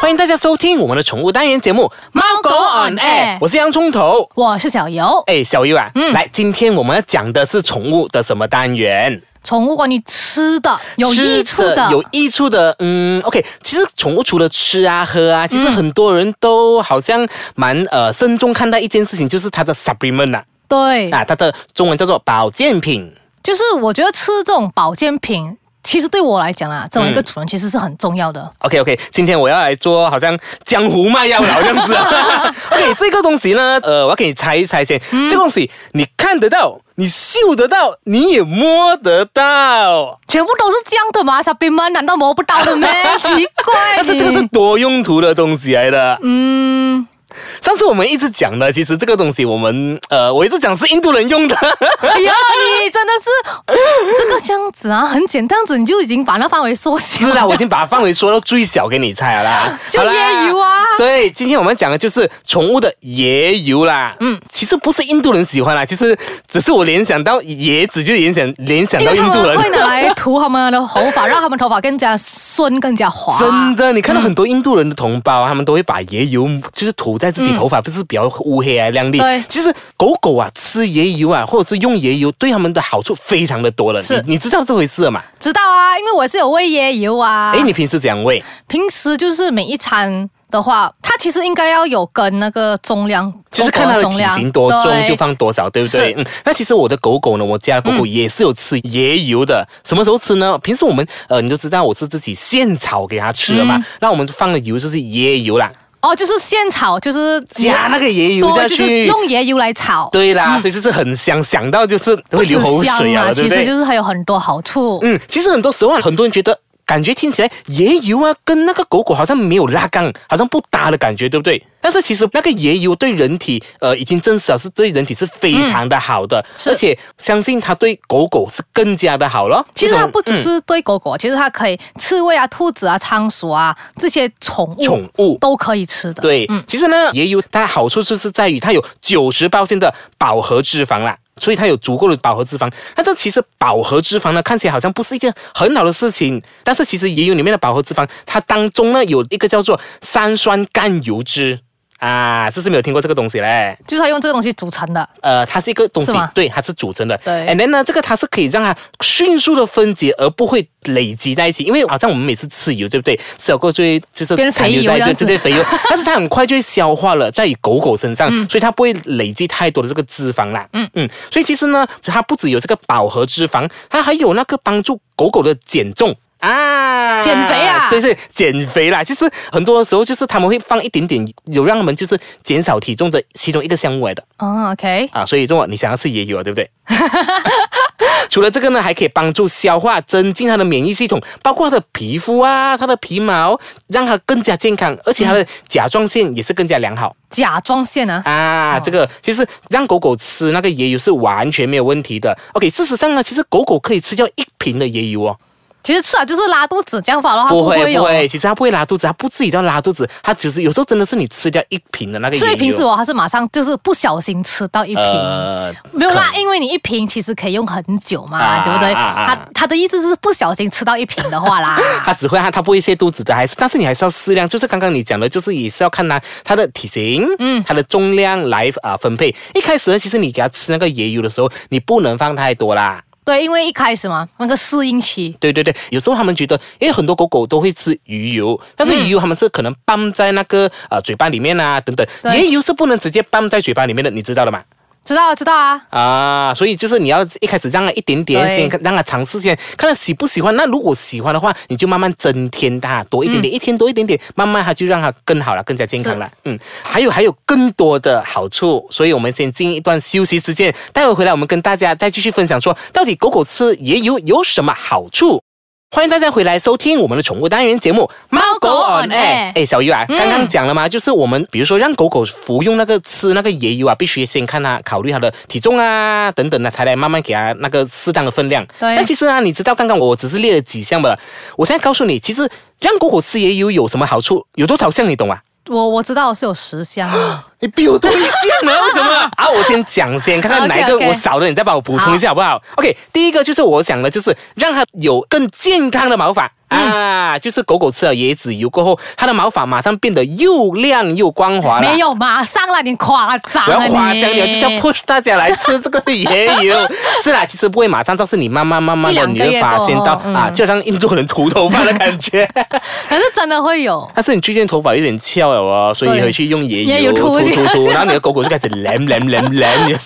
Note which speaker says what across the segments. Speaker 1: 欢迎大家收听我们的宠物单元节目《猫狗 on air》，我是洋葱头。
Speaker 2: 我是小游。
Speaker 1: 哎，小优啊，
Speaker 2: 嗯
Speaker 1: 来，今天我们要讲的是宠物的什么单元？
Speaker 2: 宠物关于吃的有
Speaker 1: 吃
Speaker 2: 益处的，
Speaker 1: 有益处的。嗯，OK，其实宠物除了吃啊、喝啊，其实
Speaker 2: 嗯
Speaker 1: 很多人都好像蛮呃慎重看待一件事情，就是它的 supplement 啊，
Speaker 2: 对，
Speaker 1: 啊，它的中文叫做保健品。
Speaker 2: 就是我觉得吃这种保健品，其实对我来讲啊，作为一个主人其实是很重要的。
Speaker 1: OK OK，今天我要来做好像江湖卖药佬这样子、啊。OK，这个东西呢，呃，我要给你猜一猜先。这个东西你看得到，你嗅得到，你也摸得到。
Speaker 2: 全部都是这样的吗？小兵们难道摸不到 的吗？奇怪
Speaker 1: 但
Speaker 2: 你，
Speaker 1: 是这个是多用途的东西来的。
Speaker 2: 嗯，
Speaker 1: 上次我们一直讲的，其实这个东西我们呃，我一直讲是印度人用的。
Speaker 2: 哎呀，你真的是这个这样子啊，很简单，这样子你就已经把那范围缩小
Speaker 1: 是啦，我已经把它范围缩到最小给你猜了啦。
Speaker 2: 就
Speaker 1: 好啦
Speaker 2: 椰油啊
Speaker 1: 对，今天我们讲的就是宠物的椰油啦。嗯，其实不是印度人喜欢啦，其实只是我联想到椰子就联想联想
Speaker 2: 因
Speaker 1: 到
Speaker 2: 为
Speaker 1: 印
Speaker 2: 哎他
Speaker 1: 度
Speaker 2: 们会拿
Speaker 1: 人。
Speaker 2: 来涂他们的头发，让他们头发更加顺、更加滑。
Speaker 1: 真的，你看到很多印度人的同胞啊，他们都会把椰油就是涂在自己头发，不是比较乌黑啊亮丽。
Speaker 2: 嗯对
Speaker 1: 其实狗狗啊吃椰油啊，或者是用椰油，对它们的好处非常的多了。
Speaker 2: 是
Speaker 1: 你你知道这回事了嘛？
Speaker 2: 知道啊，因为我是有喂椰油啊。
Speaker 1: 哎、你平时怎样喂？
Speaker 2: 平时就是每一餐的话，它其实应该要有跟那个重量，
Speaker 1: 就是看它的
Speaker 2: 狗狗
Speaker 1: 体型多重
Speaker 2: 啊对
Speaker 1: 就放多少，对不对
Speaker 2: 是？嗯
Speaker 1: 嗯，那其实我的狗狗呢，我家的狗狗也是有吃椰油的。什么时候吃呢？平时我们呃，你就知道我是自己现炒给它吃的嘛。
Speaker 2: 嗯
Speaker 1: 那我们放的油就是椰油啦，
Speaker 2: 哦，就是现炒，就是
Speaker 1: 加那个椰油下
Speaker 2: 对，就是
Speaker 1: 去。
Speaker 2: 用椰油来炒，
Speaker 1: 对啦，所以就是很香，想到就是会
Speaker 2: 不止
Speaker 1: 流口水
Speaker 2: 香
Speaker 1: 啊，对
Speaker 2: 其
Speaker 1: 不
Speaker 2: 实
Speaker 1: 对
Speaker 2: 就？是还有很多好处。
Speaker 1: 嗯，其实很多时候啊很多人觉得。感觉听起来椰油啊，跟那个狗狗好像没有拉杠，好像不搭的感觉，对不对？但是其实那个椰油对人体，呃，已经证实了是对人体是非常的好的，
Speaker 2: 嗯是
Speaker 1: 而且相信它对狗狗是更加的好咯。嗯
Speaker 2: 其实
Speaker 1: 为什
Speaker 2: 它
Speaker 1: 么
Speaker 2: 不只是对狗狗，其实它可以刺猬啊、兔子啊、仓鼠啊这些宠物
Speaker 1: 宠物
Speaker 2: 都可以吃的。
Speaker 1: 对，其实呢，椰油它的好处就是在于它有九十八的饱和脂肪啦。所以它有足够的饱和脂肪，但这其实饱和脂肪呢，看起来好像不是一件很好的事情，但是其实椰油里面的饱和脂肪，它当中呢有一个叫做三酸甘油脂啊，是不是没有听过这个东西嘞？
Speaker 2: 就是它用这个东西组成的。
Speaker 1: 呃，它是一个东西
Speaker 2: 是吗，
Speaker 1: 对，它是组成的。
Speaker 2: 对
Speaker 1: and then 呢，这个它是可以让它迅速的分解，而不会累积在一起。因为好像我们每次吃油，对不对？吃了过后就会就是
Speaker 2: 变成
Speaker 1: 残
Speaker 2: 肥
Speaker 1: 留在
Speaker 2: 油这
Speaker 1: 对
Speaker 2: 样子
Speaker 1: 对对肥 油，但是它很快就会消化了，在于狗狗身上，
Speaker 2: 嗯
Speaker 1: 所以它不会累积太多的这个脂肪啦。嗯嗯，所以其实呢，它不只有这个饱和脂肪，它还有那个帮助狗狗的减重。啊，
Speaker 2: 减肥啊
Speaker 1: 对对，减肥啦。其实很多时候就是他们会放一点点，有让他们就是减少体重的其中一个项目来的。
Speaker 2: 嗯，OK，
Speaker 1: 啊，所以如果你想要吃也有啊，对不对？ 除了这个呢，还可以帮助消化，增进它的免疫系统，包括它的皮肤啊、它的皮毛，让它更加健康，而且它的甲状腺也是更加良好、
Speaker 2: 甲状腺啊，
Speaker 1: 啊。这个其实让狗狗吃那个椰油是完全没有问题的。OK，事实上呢，其实狗狗可以吃掉一瓶的椰油哦，
Speaker 2: 其实吃了就是拉肚子这样法的话，
Speaker 1: 不会
Speaker 2: 啊有
Speaker 1: 不。会，其实它不会拉肚子，它不自己要拉肚子，它只是有时候真的是你吃掉一瓶的那个椰油。
Speaker 2: 所以平时我还是马上就是不小心吃到一瓶，
Speaker 1: 呃，
Speaker 2: 没有啦
Speaker 1: 可，
Speaker 2: 因为你一瓶其实可以用很久嘛，
Speaker 1: 啊
Speaker 2: 对不对？
Speaker 1: 啊啊
Speaker 2: 他他的意思是不小心吃到一瓶的 话啦，
Speaker 1: 它只会它它不会泻肚子的，还是但是你还是要适量，就是刚刚你讲的，就是也是要看它它的体型，嗯，它的重量来啊、呃分配。一开始呢，其实你给它吃那个椰油的时候，你不能放太多啦。
Speaker 2: 对，因为一开始嘛，那个适应期，
Speaker 1: 对对对，有时候他们觉得，因为很多狗狗都会吃鱼油，但是鱼油他们是可能拌在那个呃嘴巴里面啊等等，
Speaker 2: 对
Speaker 1: 椰油是不能直接拌在嘴巴里面的，你知道的吗？
Speaker 2: 知道啊知道啊，
Speaker 1: 啊，所以就是你要一开始让它一点点
Speaker 2: 对
Speaker 1: 先看让它尝试先，看它喜不喜欢。那如果喜欢的话，你就慢慢增添它多一点点，一天多一点点，慢慢它就让它更好了，更加健康了。嗯，还有还有更多的好处，所以我们先进一段休息时间，待会回来我们跟大家再继续分享说，到底狗狗吃椰油有什么好处。欢迎大家回来收听我们的宠物单元节目《猫狗
Speaker 2: 狗
Speaker 1: on
Speaker 2: on
Speaker 1: air
Speaker 2: air》。
Speaker 1: 哎，小鱼啊，刚刚讲了嘛，就是我们比如说让狗狗服用那个吃那个椰油啊，必须先看它考虑它的体重啊等等的，才来慢慢给它那个适当的分量。
Speaker 2: 对
Speaker 1: 但其实啊，你知道刚刚我只是列了几项吧，我现在告诉你，其实让狗狗吃椰油有什么好处，有多少项你懂吗？啊
Speaker 2: 我我知道我是有 十箱的，
Speaker 1: 你哎比我多 一项呢？为什么？啊，我先讲先，看看
Speaker 2: 啊 OK，OK
Speaker 1: 哪一个我少的，你再帮我补充一下好不好？OK，第一个就是我讲的，就是让它有更健康的毛发。
Speaker 2: 嗯
Speaker 1: 啊，就是狗狗吃了椰子油过后，它的毛发马上变得又亮又光滑了。
Speaker 2: 没有马上啦，你夸张
Speaker 1: 我要
Speaker 2: 了你，
Speaker 1: 夸张了，就是要 push 大家来吃这个椰 油。是啦，其实不会马上，但是你慢慢慢慢
Speaker 2: 一
Speaker 1: 的，
Speaker 2: 两
Speaker 1: 你
Speaker 2: 个
Speaker 1: 会
Speaker 2: 月
Speaker 1: 发
Speaker 2: 过
Speaker 1: 现
Speaker 2: 后
Speaker 1: 到、啊，
Speaker 2: 嗯
Speaker 1: 就像印度人涂头发的感觉。
Speaker 2: 可是真的会有。
Speaker 1: 啊但是你最近头发有点翘了哦，所以
Speaker 2: 所以
Speaker 1: 回去用椰
Speaker 2: 椰
Speaker 1: 油
Speaker 2: 油
Speaker 1: 涂
Speaker 2: 涂一下
Speaker 1: 涂涂，然后你的啊狗狗就开始舔舔舔舔你的，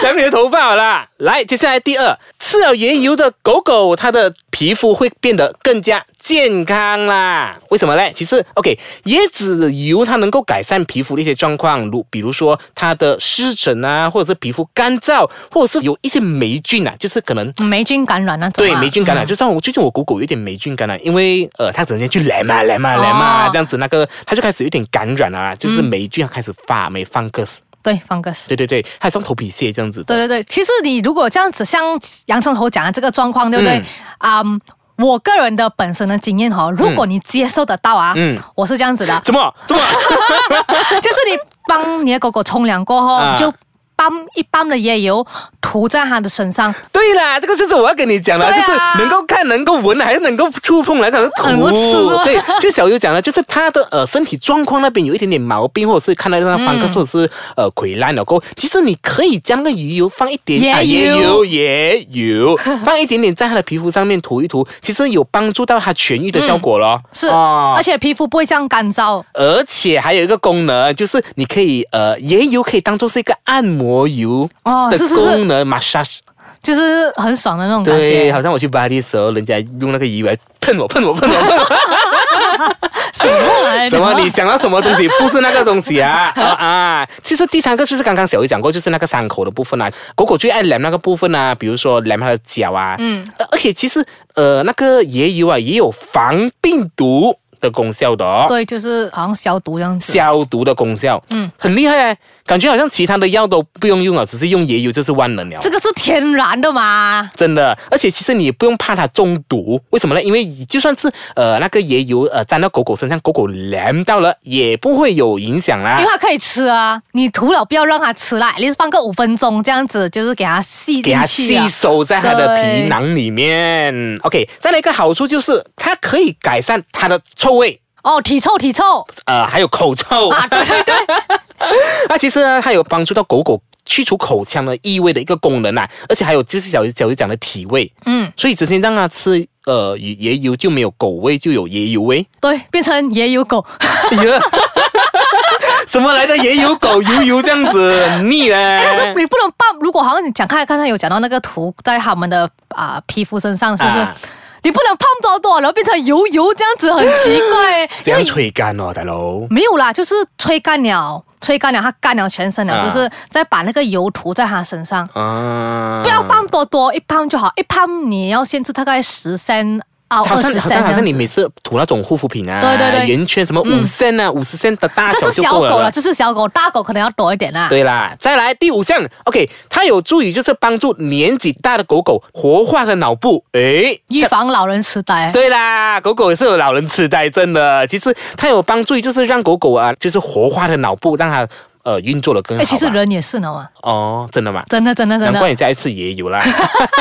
Speaker 1: 舔你的头发好啦。来，接下来第二，吃了椰油的狗狗，它的皮肤会变得更加健康啦。为什么嘞？其实，OK，椰子油它能够改善皮肤的一些状况，如比如说它的湿疹啊，或者是皮肤干燥，或者是有一些霉菌啊，就是可能
Speaker 2: 嗯霉菌感染那种啊、
Speaker 1: 对，霉菌感染，就像我最近我狗狗有点霉菌感染，因为呃，它整天去来嘛来嘛来嘛、
Speaker 2: 哦
Speaker 1: 这样子，那个它就开始有点感染了啦，就是霉菌它开始发霉 fungus，
Speaker 2: 嗯对方格斯。
Speaker 1: 对对对，还像头皮屑这样子的。
Speaker 2: 对对对，其实你如果这样子，像洋葱头讲的这个状况，对不对？
Speaker 1: 嗯
Speaker 2: 啊、我个人的本身的经验哈、哦，如果你接受得到啊，
Speaker 1: 嗯，
Speaker 2: 我是这样子 的
Speaker 1: 怎么怎么？
Speaker 2: 就是你帮你的狗狗冲凉过后，
Speaker 1: 啊
Speaker 2: 就帮一般的椰油涂在它的身上，
Speaker 1: 对啦，这个就是我要跟你讲的，
Speaker 2: 对
Speaker 1: 就
Speaker 2: 啊
Speaker 1: 是能够看、能够闻，还是能够触碰来，可能
Speaker 2: 能够吃
Speaker 1: 涂。
Speaker 2: 啊
Speaker 1: 对，就小优讲的，就是他的呃身体状况那边有一点点毛病，或者是看到那方克，或者是
Speaker 2: 嗯
Speaker 1: 呃溃烂了过后，其实你可以将那个鱼油放一点
Speaker 2: 椰
Speaker 1: 啊椰油
Speaker 2: 油
Speaker 1: 椰 油放一点点在他的皮肤上面涂一涂，其实有帮助到他痊愈的效果咯。
Speaker 2: 嗯是，
Speaker 1: 哦
Speaker 2: 而且皮肤不会这样干燥。
Speaker 1: 而且还有一个功能，就是你可以呃，椰油可以当做是一个按摩油
Speaker 2: 哦
Speaker 1: 的
Speaker 2: 是是是
Speaker 1: 功能 massage。
Speaker 2: 就是很爽的那种感
Speaker 1: 对，
Speaker 2: 觉，
Speaker 1: 好像我去巴黎的时候，人家用那个鱼来喷我，喷我， 喷我，喷我。
Speaker 2: 什么 来
Speaker 1: 什
Speaker 2: 的
Speaker 1: 么？你想到什么东西？不是那个东西啊！啊啊！其实第三个就是刚刚小鱼讲过，就是那个伤口的部分啊，狗狗最爱舔那个部分啊，比如说舔它的脚啊。嗯。而且其实呃，那个椰油啊，也有防病毒的功效的哦。
Speaker 2: 对，就是好像消毒这样子。
Speaker 1: 消毒的功效，嗯，很厉害欸，感觉好像其他的药都不用用了，只是用椰油就是万能了。
Speaker 2: 这个是天然的嘛？
Speaker 1: 真的，而且其实你也不用怕它中毒，为什么呢？因为就算是呃那个椰油呃沾到狗狗身上，狗狗凉到了也不会有影响啦
Speaker 2: 因为。它可以吃啊，你涂了不要让它吃啦，你放个五分钟这样子，就是给它吸
Speaker 1: 给
Speaker 2: 进
Speaker 1: 它
Speaker 2: 去
Speaker 1: 吸
Speaker 2: 啊。
Speaker 1: 收在它的
Speaker 2: 对
Speaker 1: 皮囊里面。OK，再来一个好处就是它可以改善它的臭味，
Speaker 2: 哦，体臭体臭
Speaker 1: 呃，还有口臭。
Speaker 2: 啊，对对对，
Speaker 1: 那其实呢，它有帮助到狗狗去除口腔的异味的一个功能啊，而且还有就是小鱼小鱼讲的体味，
Speaker 2: 嗯，
Speaker 1: 所以整天让它吃呃椰油就没有狗味，就有椰油味。
Speaker 2: 对，变成野有狗，
Speaker 1: 哎呀，什么来的也有狗油油这样子，很腻嘞
Speaker 2: 但是哎你不能把，如果好像你讲看，刚才有讲到那个涂在他们的啊、皮肤身上，是不是？
Speaker 1: 啊
Speaker 2: 你不能胖多多，然后变成油油这样子，很奇 怪，
Speaker 1: 这
Speaker 2: 因
Speaker 1: 样
Speaker 2: 为
Speaker 1: 吹干哦，大佬。
Speaker 2: 没有啦，就是吹干了，吹干了，它干了全身了，
Speaker 1: 啊
Speaker 2: 就是再把那个油涂在它身上，
Speaker 1: 啊！
Speaker 2: 嗯不要胖多多，一磅就好，一磅你要限制大概十三啊
Speaker 1: 好
Speaker 2: 二
Speaker 1: 像
Speaker 2: 十
Speaker 1: 好
Speaker 2: 三
Speaker 1: 像好像
Speaker 2: 这样
Speaker 1: 你
Speaker 2: 子。
Speaker 1: 每次涂那种护肤品啊，
Speaker 2: 对对对
Speaker 1: 圆圈什么五升啊、五十升的大小
Speaker 2: 这是
Speaker 1: 就
Speaker 2: 小
Speaker 1: 够
Speaker 2: 狗啊
Speaker 1: 了
Speaker 2: 了，。这是小狗，大狗可能要多一点啦。
Speaker 1: 对啦，再来第五项，OK，它有助于就是帮助年纪大的狗狗活化的脑部。诶，
Speaker 2: 预防老人痴呆。
Speaker 1: 对啦，狗狗也是有老人痴呆症的。其实它有帮助，就是让狗狗啊，就是活化的脑部，让它呃运作的更好
Speaker 2: 哎，
Speaker 1: 吧。
Speaker 2: 其实人也是呢嘛，
Speaker 1: 哦，真的吗？
Speaker 2: 真的真的真
Speaker 1: 难怪
Speaker 2: 的。
Speaker 1: 你再一次也有啦，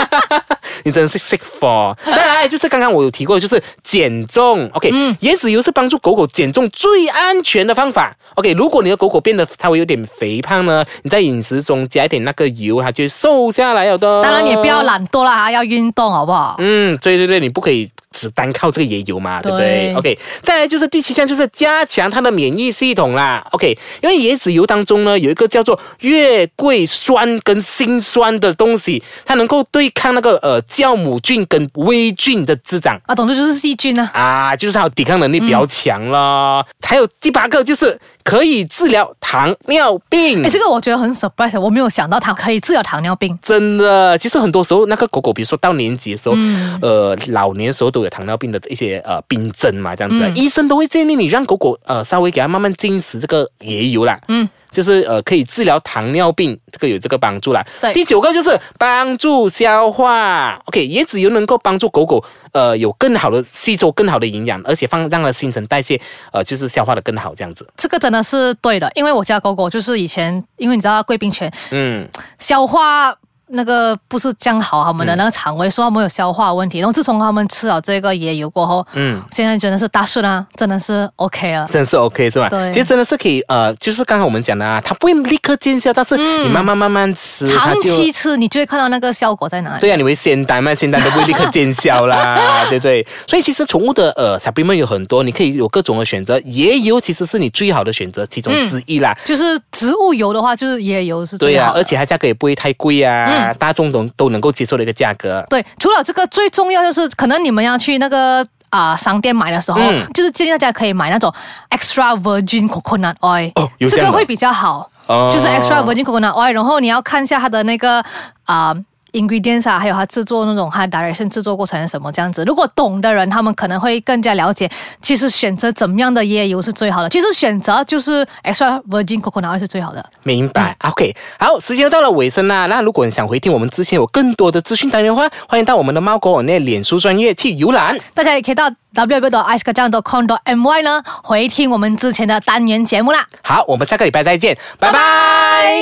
Speaker 1: 你真的是 sick for。再来就是刚刚我有提过，就是减重。OK，、椰
Speaker 2: 嗯
Speaker 1: 子油是帮助狗狗减重最安全的方法。OK，如果你的狗狗变得稍微有点肥胖呢，你在饮食中加一点那个油，它就会瘦下来了的。
Speaker 2: 当然也不要。懒惰啦，还要运动，好不好？
Speaker 1: 嗯，对对对，你不可以只单靠这个椰油嘛，对不对
Speaker 2: 对
Speaker 1: o k 再来就是第七项，就是加强它的免疫系统啦。OK，因为椰子油当中呢有一个叫做月桂酸跟辛酸的东西，它能够对抗那个呃酵母菌跟微菌的滋长。
Speaker 2: 啊，总之就是细菌啊。
Speaker 1: 啊，就是它有抵抗能力比较强
Speaker 2: 嗯
Speaker 1: 啦。还有第八个就是可以治疗糖尿病。
Speaker 2: 哎，这个我觉得很 surprise，我没有想到它可以治疗糖尿病。
Speaker 1: 真的，其实很多时候那个狗狗，比如说到年纪的时候，
Speaker 2: 嗯
Speaker 1: 呃，老年的时候都有糖尿病的一些呃病
Speaker 2: 嗯
Speaker 1: 症嘛，这样子啊，医生都会建议你让狗狗呃稍微给它慢慢进食这个椰油啦。
Speaker 2: 嗯，
Speaker 1: 就是呃可以治疗糖尿病，这个有这个帮助啦。
Speaker 2: 对
Speaker 1: 第九个就是帮助消化，OK，椰子油能够帮助狗狗呃有更好的吸收更好的营养，而且放让它的新陈代谢呃就是消化的更好这样子。
Speaker 2: 这个真的是对的，因为我家狗狗就是以前，因为你知道贵宾犬
Speaker 1: 嗯，
Speaker 2: 消化那个不是这样好，他们
Speaker 1: 嗯
Speaker 2: 的那个肠胃，说他们有消化问题。然后自从他们吃了这个椰油过后，
Speaker 1: 嗯，
Speaker 2: 现在真的是大顺啊，真的是 OK 了。
Speaker 1: 真是 OK 是吧？
Speaker 2: 对
Speaker 1: 其实真的是可以呃，就是刚才我们讲的啊，它不会立刻见效，但是你慢慢慢慢吃，它
Speaker 2: 嗯长
Speaker 1: 就
Speaker 2: 期吃，你就会看到那个效果在哪里。
Speaker 1: 对啊，你会仙丹嘛？仙丹都不会立刻见效 啦，对不对？所以其实宠物的呃 supplement 有很多，你可以有各种的选择，椰油其实是你最好的选择其中之一啦。
Speaker 2: 就是植物油的话，就是椰油是
Speaker 1: 对
Speaker 2: 嗯最
Speaker 1: 呀、
Speaker 2: 好
Speaker 1: 啊，
Speaker 2: 的。嗯
Speaker 1: 而且它价格也不会太贵啊，大众都都能够接受的一个价格。
Speaker 2: 对，除了这个，最重要就是可能你们要去那个。啊、商店买的时候，
Speaker 1: 嗯
Speaker 2: 就是建议大家可以买那种 extra virgin coconut oil，、
Speaker 1: 哦有这
Speaker 2: 这
Speaker 1: 样的
Speaker 2: 个会比较好，
Speaker 1: 哦
Speaker 2: 就是 extra virgin coconut oil。然后你要看一下它的那个啊、ingredients 啊，还有它制作那种它 direction 制作过程是什么这样子。如果懂的人，他们可能会更加了解，其实选择怎么样的椰油是最好的。其实选择就是 extra virgin coconut oil 是最好的。
Speaker 1: 明白、o
Speaker 2: 嗯
Speaker 1: k 好，时间又到了尾声啦。那如果你想回听我们之前有更多的资讯单元的话，欢迎到我们的猫狗网内脸书专业去浏览。
Speaker 2: 大家也可以到 www.icekajang.com.my 呢回听我们之前的单元节目啦。
Speaker 1: 好，我们下个礼拜再见，拜拜